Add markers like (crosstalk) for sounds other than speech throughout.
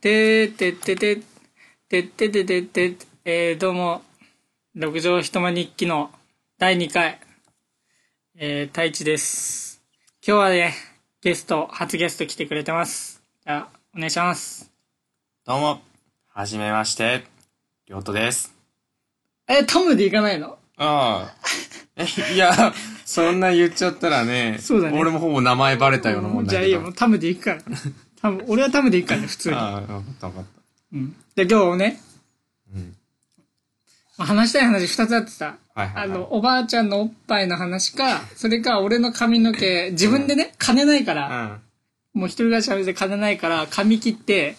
てーてってててってててててえー、どうも六畳一間日記の第2回えー、太一です今日はねゲスト初ゲスト来てくれてますじゃあお願いしますどうも、はじめまして、りょうとです。えトムで行かないの (laughs) ああ。えいや、そんな言っちゃったらね、そうだね俺もほぼ名前バレたようなもんだけじゃど。あいいよもうタムで行く (laughs) からタム俺はタムで行くからね普通に、ああ、わかったわかっうん、じゃあ今日ねた。うん。まあ話したい話2つあってさはいはあい、はい。の、おばあちゃんのおっぱいの話か、それか俺の髪の毛、自分でね、金ないから、もう一人暮らしは別で金ないから、髪切って、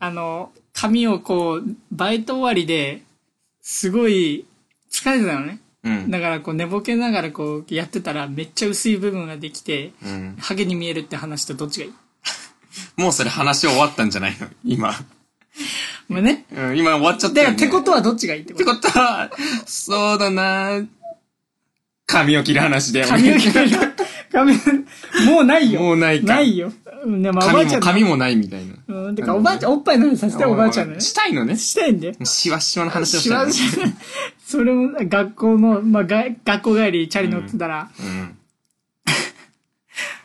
あの、髪をこう、バイト終わりで、すごい、疲れてたのね。うん。うん。だからこう、寝ぼけながらこう、やってたら、めっちゃ薄い部分ができて、うん。ハゲに見えるって話とどっちがいいもうそれ話終わったんじゃないの今。まあね。うん、今終わっちゃっただよ、から、ね。てことっはどっちがいいってこてとことは、そうだな髪を切る話で。髪を切る。髪、もうないよ。もうないかないよ。うんね、まあ、おばあ髪ちゃんも、の髪もないみたいな。うん、てか、おばあちゃん、おっぱいの話させて、おばあちゃんのね。ししたいのね。たいんだよ。しわしわの話をししたいわのね。しわ (laughs) それも、学校の、まあ、が学校帰り、チャリ乗ってたら、うん。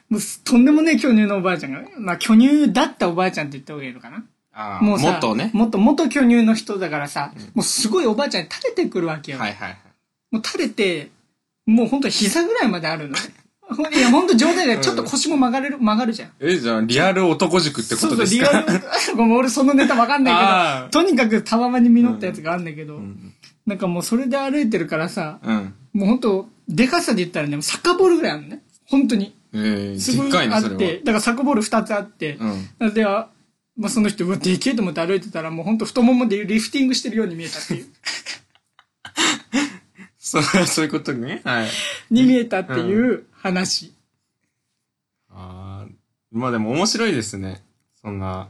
もう、とんでもねえ巨乳のおばあちゃんがね、まあ、巨乳だったおばあちゃんって言った方がいいのかな。ああ、もうさ、もっとね。もっと、元巨乳の人だからさ、もうすごいおばあちゃんに垂れてくるわけよ。はいはいはい。もう垂れて、もうほんと膝ぐらいまである (laughs) のね。ほんいや、ほんと冗談で、ちょっと腰も曲がれる、曲がるじゃん。え、じゃあ、リアル男塾ってことですかそうそう、リアル、ご (laughs) めん、俺そのネタわかんなあいーけど、とにかくたわまに実ったやつがあるんだけど、んなんかもうそれで歩いてるからさ、うん。もうほんと、でかさで言ったらね、もうサッカーボールぐらいあるのね。本当に。えー、すごでっいかいあね、そっれて、だからサッカーボール2つあって、は。うん。なんで、あまあ、その人、うわ、でけえと思って歩いてたら、もうほんと太ももでリフティングしてるように見えた (laughs) っていう。 (laughs) そう、そういうことね。はい。に見えたっていう話。ああ、まあでも面白いですね。そんな、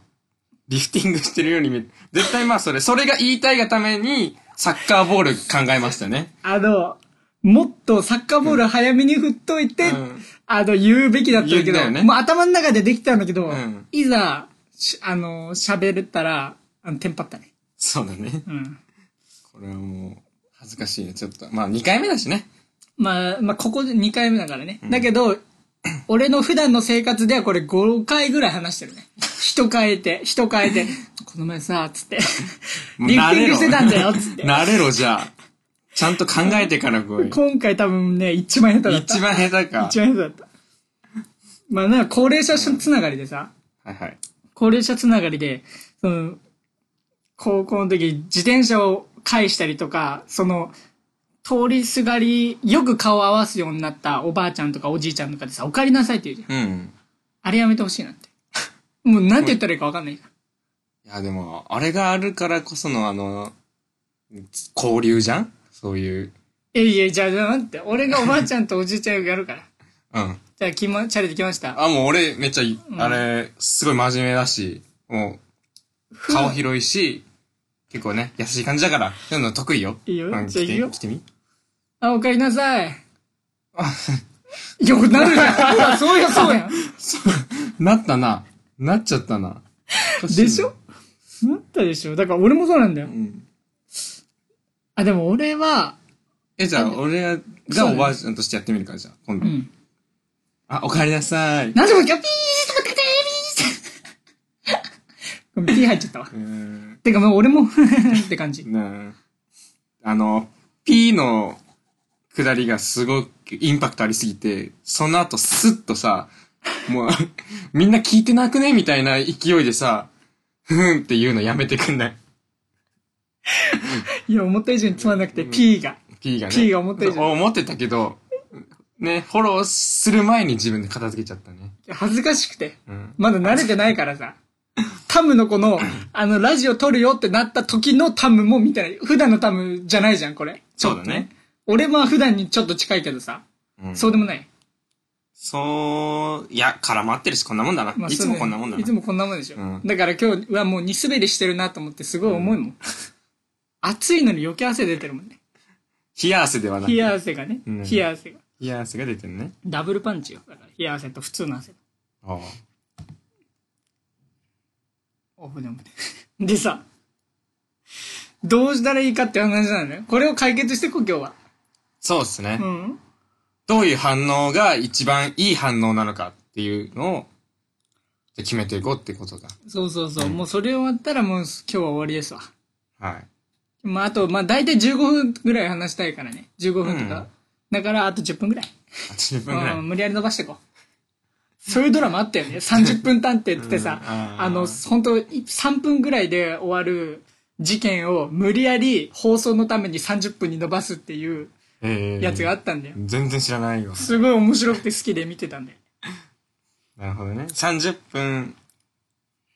リフティングしてるように見え絶対まあそれ、それが言いたいがために、サッカーボール考えましたね。あの、もっとサッカーボール早めに振っといて、うんあの、言うべきだったけ言うんだど、よねもう頭の中でできたんだけど、うんいざ、しあの、喋ったら、あの、テンパったね。そうだね。うん。これはもう、恥ずかしいね。ちょっと。まあ2回目だしね。まあ、まあ、ここで2回目だからね。だけど、俺の普段の生活ではこれ5回ぐらい話してるね。人変えて、人変えて、この前さ、つって、リフティングしてたんだよ、つっ (laughs) て。 (laughs) 慣れろ、じゃあ。ちゃんと考えてから来い。今回多分ね、一番下手だった。一番下手か。一番下手だった。まあ、なんか高齢者つながりでさ、はいはい。高齢者つながりで、その、高校の時、自転車を返したりとか、その、通りすがり、よく顔を合わすようになったおばあちゃんとかおじいちゃんとかでさ、お帰りなさいって言うじゃん。うん。あれやめてほしいなって。もうなんて言ったらいいかわかんないじゃん。いや、でも、あれがあるからこその、あの、交流じゃんそういう。えいえ、じゃあ、じゃあ待って。俺がおばあちゃんとおじいちゃんやるから。うん。じゃあ、きま、チャレできました。あ、もう俺、めっちゃい、んあれ、すごい真面目だし、もう、顔広いし、結構ね、優しい感じだから、そういうの得意よ。いいようん、じゃあ来ていいよ来てみ。あ、お帰りなさい。いや、なるじゃん。ほらそうや、そうやん。なったな。なっちゃったな。 (laughs) でしょなったでしょ。だから俺もそうなんだよう。ん。あ、でも俺は、え、じゃあ、俺が、じゃあおばあちゃんとしてやってみるから、じゃあ、今う度。ん。あ、お帰りなさい。なんでも今日ピーとかってピーって。ピー入っちゃったわう。ーん。てかもう俺も、 (laughs) って感じ。ねえあの、P の下りがすごくインパクトありすぎて、その後スッとさ、もう、 (laughs) みんな聞いてなくねみたいな勢いでさ、ふーんって言うのやめてくんない。いや、思った以上につまんなくて、ピーが。 P がね。 P が思った以上に思ってたけど、ね、フォローする前に自分で片付けちゃったね。恥ずかしくて。うん。まだ慣れてないからさ。タムの子の、あの、ラジオ撮るよってなった時のタムも見てない。普段のタムじゃないじゃん、これ。そうだね。俺まあ普段にちょっと近いけどさ。うんそうでもない。そう、いや、絡まってるし、こんなもんだな。まあ、いつもこんなもんだそうだよねいつ。なもこんなもんでしょ。うんだから今日はもう荷滑りしてるなと思ってすごい重いもん。暑いのに余計汗出てるもんね。冷や汗ではなく冷冷や汗がね。うん冷や汗が。や汗が出てるね。ダブルパンチよ。だから冷や汗と普通の汗。ああ。お船お船。 (laughs) でさ、どうしたらいいかって話なのね。これを解決してこう、今日は。そうですね、うん。どういう反応が一番いい反応なのかっていうのを、じゃあ決めていこうってことだ。そうそうそう。もうそれ終わったらもう今日は終わりですわ。はい。まああと、まあ大体15分ぐらい話したいからね。15分とうんか。だからあと10分ぐらい。 80分ぐらい。 (laughs) うん無理やり伸ばしていこう。そういうドラマあったよね。30分探偵って言ってさ、うんあーあの、本当3分ぐらいで終わる事件を無理やり放送のために30分に伸ばすっていうええやつがあったんだよ。全然知らないよ。すごい面白くて好きで見てたんだよ。なるほどね。30分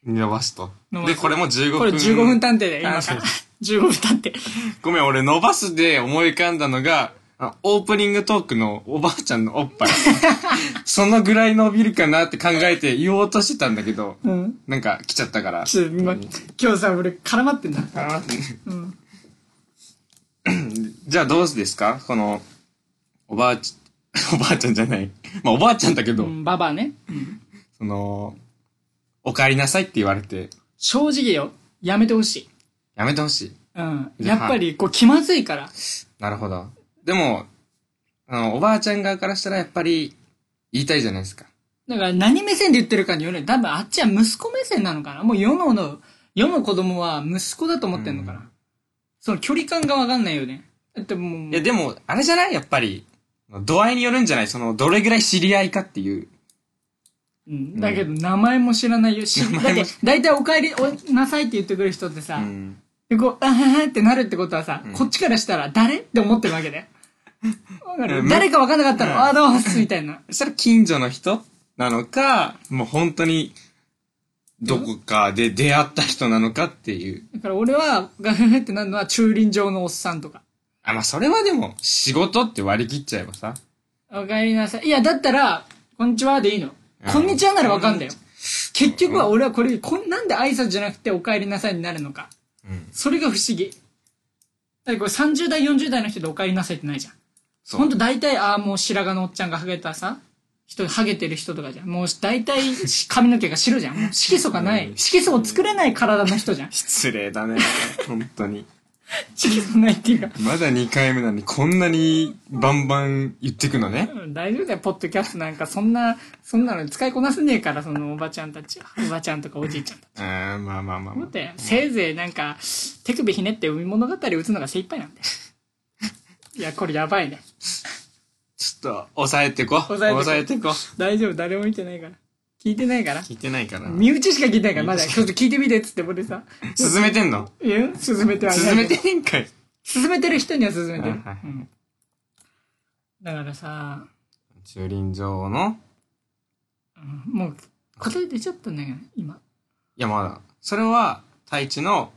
に伸ばすと。伸ばすで、これも15分。これ15分探偵で、今かそうら。15分探偵。ごめん、俺伸ばすで思い浮かんだのが、あオープニングトークのおばあちゃんのおっぱ (laughs) い。そのぐらい伸びるかなって考えて言おうとしてたんだけど、うん。なんか来ちゃったから。ちょっと今、今日さ、俺絡まってんだ。うん。じゃあどうですかこの、おばあち、 (laughs) おばあちゃんじゃない。まあおばあちゃんだけうど、ん、ババアね。その、お帰りなさいって言われて、正直よ、やめてほしい。やめてほしい。うん。やっぱり、こう、気まずいから。なるほど。でも、あの、おばあちゃん側からしたらやっぱり言いたいじゃないですか。だから何目線で言ってるかによるよ多分あっちは息子目線なのかなもう世のの、世の子供は息子だと思ってんのかな、うんその距離感がわかんないよね。だってもういや、、でも、あれじゃないやっぱり、度合いによるんじゃないその、どれぐらい知り合いかっていう。うんだけど名前も知らないよ。しだ名っ前ても、大体お帰りおなさいって言ってくる人ってさ、うん。でこう、あははってなるってことはさ、うんこっちからしたら誰って思ってるわけだよ。 (laughs) わかうるん誰かわかんなかったうのんあ、どうもっす、みたいな。そしたら近所の人なのか、もう本当に、どこかで出会った人なのかっていう。だから俺は、ガフフってなるのは駐輪場のおっさんとか。あ、まあ、それはでも、仕事って割り切っちゃえばさ。おかえりなさい。いや、だったら、こんにちはでいいの。うんこんにちはならわかんだよ。結局は俺はこれ、こんなんで挨拶じゃなくてお帰りなさいになるのか。うん。それが不思議。だってこれ30代、40代の人でお帰りなさいってないじゃん。そう。ほんと大体、ああ、もう白髪のおっちゃんがハゲたさ、人、ハゲてる人とかじゃん。もう大体し髪の毛が白じゃん。もう色素がない。色素を作れない体の人じゃん (laughs) 失礼だね。本当に。色素ないっていうか。まだ2回目なのに、こんなにバンバン言ってくのね。うん大丈夫だよ、ポッドキャストなんか、そんな、そんなの使いこなせねえから、そのおばちゃんたちは。おばちゃんとかおじいちゃんとか。うん、まあまあまあ、ま思あっ。て、せいぜいなんか、手首ひねって海物語打つのが精一杯 (laughs) なんで。いや、これやばいね。ちょっと、抑えてこ。抑えてこ抑えてこ。大丈夫、誰も見てないから。聞いてないから。聞いてないから。身内しか聞いてないから、まだ、ちょっと聞いてみてっつって、俺さ、進めてんのいや、進めてはいない。進めてへんかい。進めてる人には進めてる。はいはいうんだからさ、駐輪場のうんもう、答え出ちゃったんだけど、今。山だ。それは、太一の、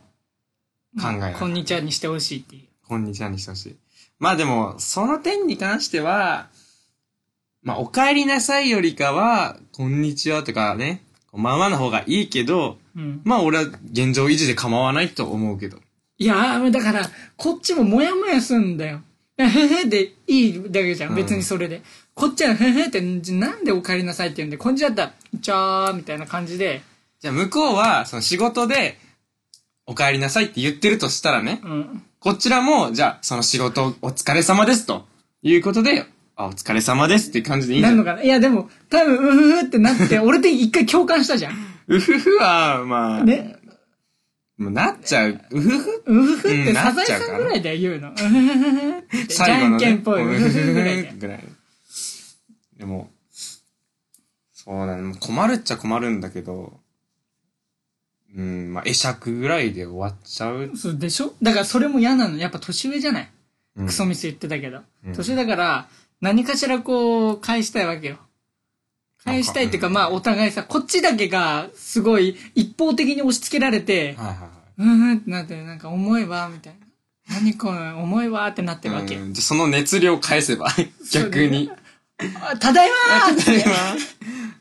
考えないこんにちはにしてほしいっていう。こんにちはにしてほしい。まあでも、その点に関しては、まあ、お帰りなさいよりかは、こんにちはとかね、こんばんはの方がいいけど、うん、まあ俺は現状維持で構わないと思うけど。いやー、だから、こっちもモヤモヤすんだよ。えへへでいいだけじゃうんん、別にそれで。こっちは、へへって、なんでお帰りなさいって言うんで、こんにちはだったら、ちゃーみたいな感じで、じゃあ向こうは、その仕事で、お帰りなさいって言ってるとしたらね、うん。こちらも、じゃあ、その仕事、お疲れ様ですと、いうことで、あ、お疲れ様ですっていう感じでいいんじゃなんないのかないや、でも、多分、うふふってな (laughs) って、俺って一回共感したじゃん。うふふは、まあ、ね。もうなっちゃう。うふふうふふっうんて、なサっザエちゃうさからんぐらいで言うの。うふふふってじゃんけんぽい。ううふふふふぐらいで。ぐらい。でも、そうだね。もう困るっちゃ困るんだけど、うん、まあ、会釈ぐらいで終わっちゃう。そうでしょだからそれも嫌なの。やっぱ年上じゃない。うんクソミス言ってたけど。うん年上だから、何かしらこう、返したいわけよ。返したいっていうか、なんかまあ、お互いさ、こっちだけが、すごい、一方的に押し付けられて、はいはいはうーんってなって、なんか、重いわ、みたいな。何これ、重いわってなってるわい。け。うんじゃあその熱量返せば、逆に。あただいまー (laughs) って。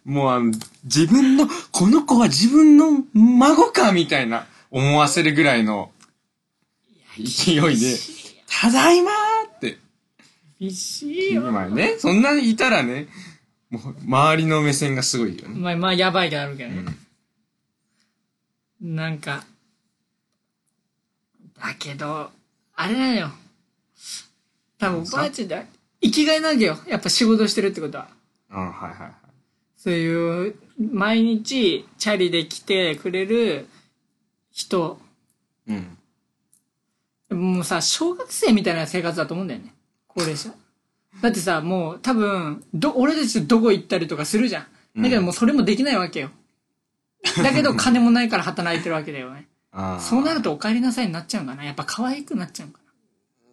もうあの、自分の、この子は自分の孫かみたいな思わせるぐらいの勢いで、ただいまーって。厳しいよ。今ね、そんなにいたらね、もう周りの目線がすごいよね。まあ、まあ、やばいであるけどね。なんか、だけど、あれだよ。多分おばあちゃんだ。生きがいなんだよ。やっぱ仕事してるってことは。うん、はいはいはい。そういう、毎日、チャリで来てくれる人。うん。もうさ、小学生みたいな生活だと思うんだよね。高齢者。だってさ、もう多分、ど、俺たちどこ行ったりとかするじゃん。だけどもうそれもできないわけよ。だ (laughs) けど金もないから働いてるわけだよね。あーそうなるとお帰りなさいになっちゃうかな。やっぱ可愛くなっちゃうか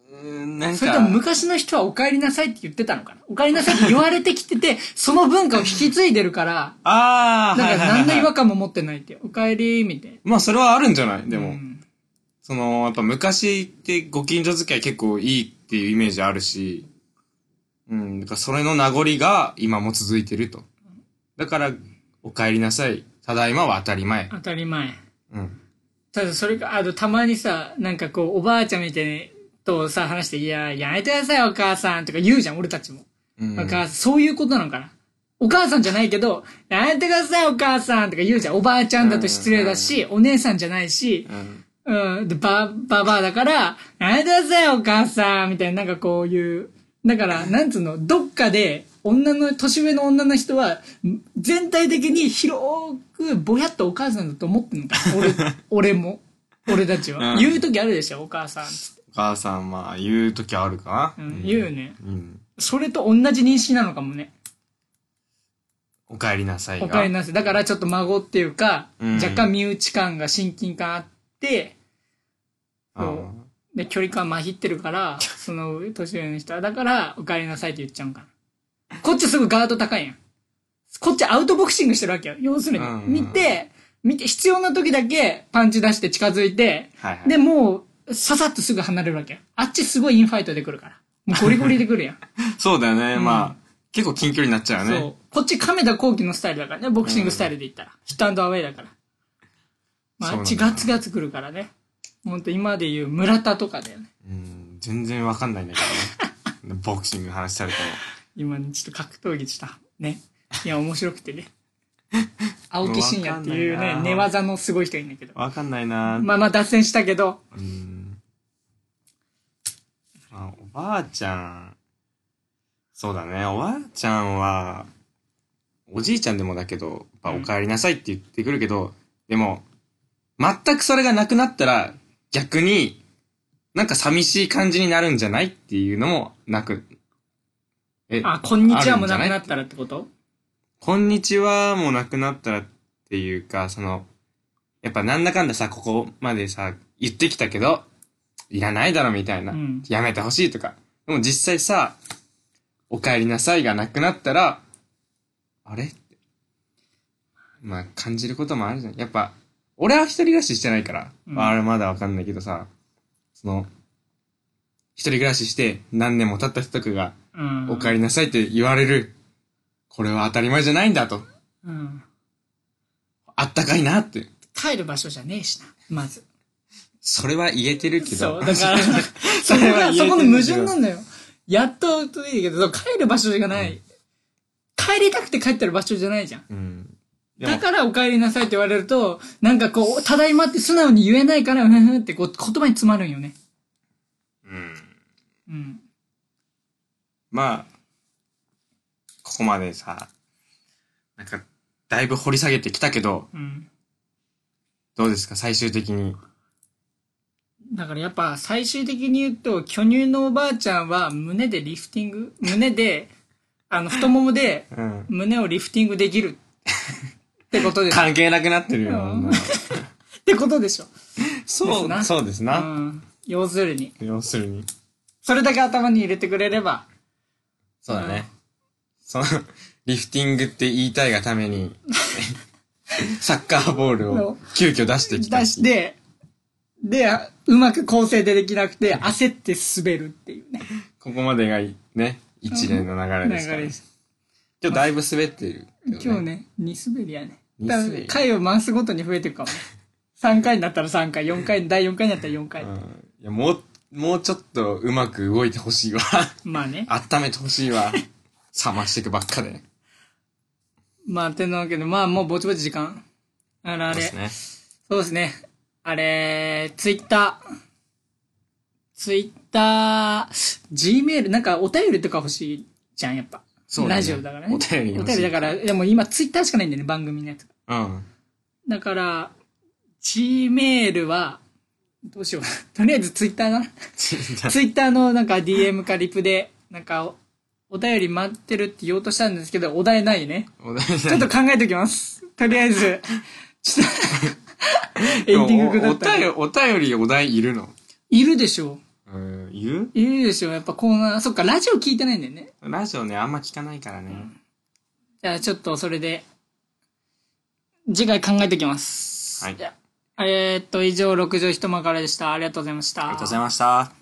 うーん、なな。んか。それとも昔の人はお帰りなさいって言ってたのかな。お帰りなさいって言われてきてて、その文化を引き継いでるから、だああ、かはらいはい何のは違いは和い。感も持ってないっていう。お帰り、みたいな。まあ、それはあるんじゃないでも、うんその、やっぱ昔ってご近所付き合い結構いいっていうイメージあるし、うん、だからそれの名残が今も続いてると。だから、お帰りなさい。ただいまは当たり前。当たり前。うん。ただそれが、あの、たまにさ、なんかこう、おばあちゃんみたいに、とさ、話して、いや、やめてください、お母さん、とか言うじゃん、俺たちも。うん。お母さん、そういうことなのかな。お母さんじゃないけど、やめてください、お母さん、とか言うじゃん。おばあちゃんだと失礼だし、お姉さんじゃないしう、ん。うん、で、ば、ばばあだから、やめてください、お母さん、みたいな、なんかこういう、だから、なんつうの、どっかで、女の、年上の女の人は、ん全体的に広く、ぼやっとお母さんだと思ってんのか。 (laughs) 俺、俺も。俺たちは。うん言う時あるでしょ、お母さんっつって。お母さん、まあ、言うときあるかな、うん、言うよね。うん。それと同じ認識なのかもね。お帰りなさいが。おかりなさい。だからちょっと孫っていうか、うん若干身内感が親近感あって、うこんうで、距離感まひってる (laughs) から、その年上の人は、だから、お帰りなさいって言っちゃうんかな。こっちすぐガード高いやん。こっちアウトボクシングしてるわけよ。要するにうんうん。うん見て、見て、必要な時だけパンチ出して近づいて、はいはい。で、もう、ささっとすぐ離れるわけよ。あっちすごいインファイトで来るから。もうゴリゴリで来るやん。そうだよね。うんまあ、結構近距離になっちゃう (laughs) よね。そう。こっち亀田光輝のスタイルだからね、ボクシングスタイルで言ったら。ヒットアンドアウェイだから。まあ、あそうなっんだちガツガツ来るからね。ほんと今で言う村田とかだよね。うん、全然わかんないんだけどね。ボ (laughs) クシングの話されて今ね、ちょっと格闘技した。 (laughs) ね。いや、面白くてね。青木真也っていうわかんないねな、寝技のすごい人いるんだけど。も。わかんないなまあまあ脱線したけど、うん。まあ、おばあちゃん。そうだね。おばあちゃんは、おじいちゃんでもだけど、やっぱうおん帰りなさいって言ってくるけど、でも、全くそれがなくなったら、逆に、なんか寂しい感じになるんじゃないっていうのもなく、え、あ、こんにちはもなくなったらってことこんにちはもうなくなったらっていうか、その、やっぱなんだかんださ、ここまでさ、言ってきたけど、いらないだろみたいな。うんやめてほしいとか。でも実際さ、お帰りなさいがなくなったら、あれまあ感じることもあるじゃん。やっぱ、俺は一人暮らししてないから、うんあれまだわかんないけどさ、その、一人暮らしして何年も経った人とかが、うん。お帰りなさいって言われる。これは当たり前じゃないんだと。うん。あったかいなって。帰る場所じゃねえしな、まず。それは言えてるけそど。う、だから、それれはは、言そえてるけどこの矛盾なんだよ。やっと、といいけど、帰る場所がない。帰りたくて帰ってる場所じゃないじゃん。 (laughs) うん。でもだからお帰りなさいって言われると、なんかこう、ただいまって素直に言えないから、ふんふんってこう、言葉に詰まるんよね。うん。うん。まあ、ここまでさ、なんか、だいぶ掘り下げてきたけど、うん。どうですか最終的に。だからやっぱ最終的に言うと、巨乳のおばあちゃんは胸でリフティング胸で、あの、太ももでうん。胸をリフティングできる。ってこと (laughs) です。っ関係なくなってるよ。うん (laughs) 女はてことでしょ。そうですなそうですうな。ん。要するに。要するに。それだけ頭に入れてくれれば、そうだね。その、リフティングって言いたいがた (laughs) めに、サッカーボールを急遽出して出きたし。て、で、うまく構成でできなくて、焦って滑るっていうね。ここまでがいね、一連の流れ流ですから、れねで。す。今日だいぶ滑ってるけどね、今日ね、二滑りやね。二多滑り分、回を回すごとに増えていくかもね。3回になったら3回、4回、第4回になったら4回う。ん。いや、もう、もうちょっとうまく動いてほしいわ。 (laughs) まあね。温めてほしいわ。冷ましていくばっかで。まあ、てなわけで、まあもうぼちぼち時間。あらあそうでれす。ね。そうですね。あれ、ツイッター。ツイッター、G メール、なんかお便りとか欲しいじゃん、やっぱ。そうだねラジオだからね。お便り欲しいお便りだから、でも今ツイッターしかないんだよね、番組のやつが。うん。だから、G メールは、どうしよう。 (laughs) とりあえずツイッターな。 (laughs) ツイッターのなんか DM かリプで、なんかお、お便り待ってるって言おうとしたんですけど、お題ないね。お題ちょっと考えておきます。とりあえず、ちょっと (laughs) 、エンディングだったお。お便り、お便りお題いるのいるでしょうん、いるう。いるでしょう。やっぱコーナー、そっか、ラジオ聞いてないんだよね。ラジオね、あんま聞かないからね。じゃあちょっとそれで、次回考えておきます。はい。ありじゃあえーっと、以上、六畳一間からでした。ありがとうございました。がとうございました。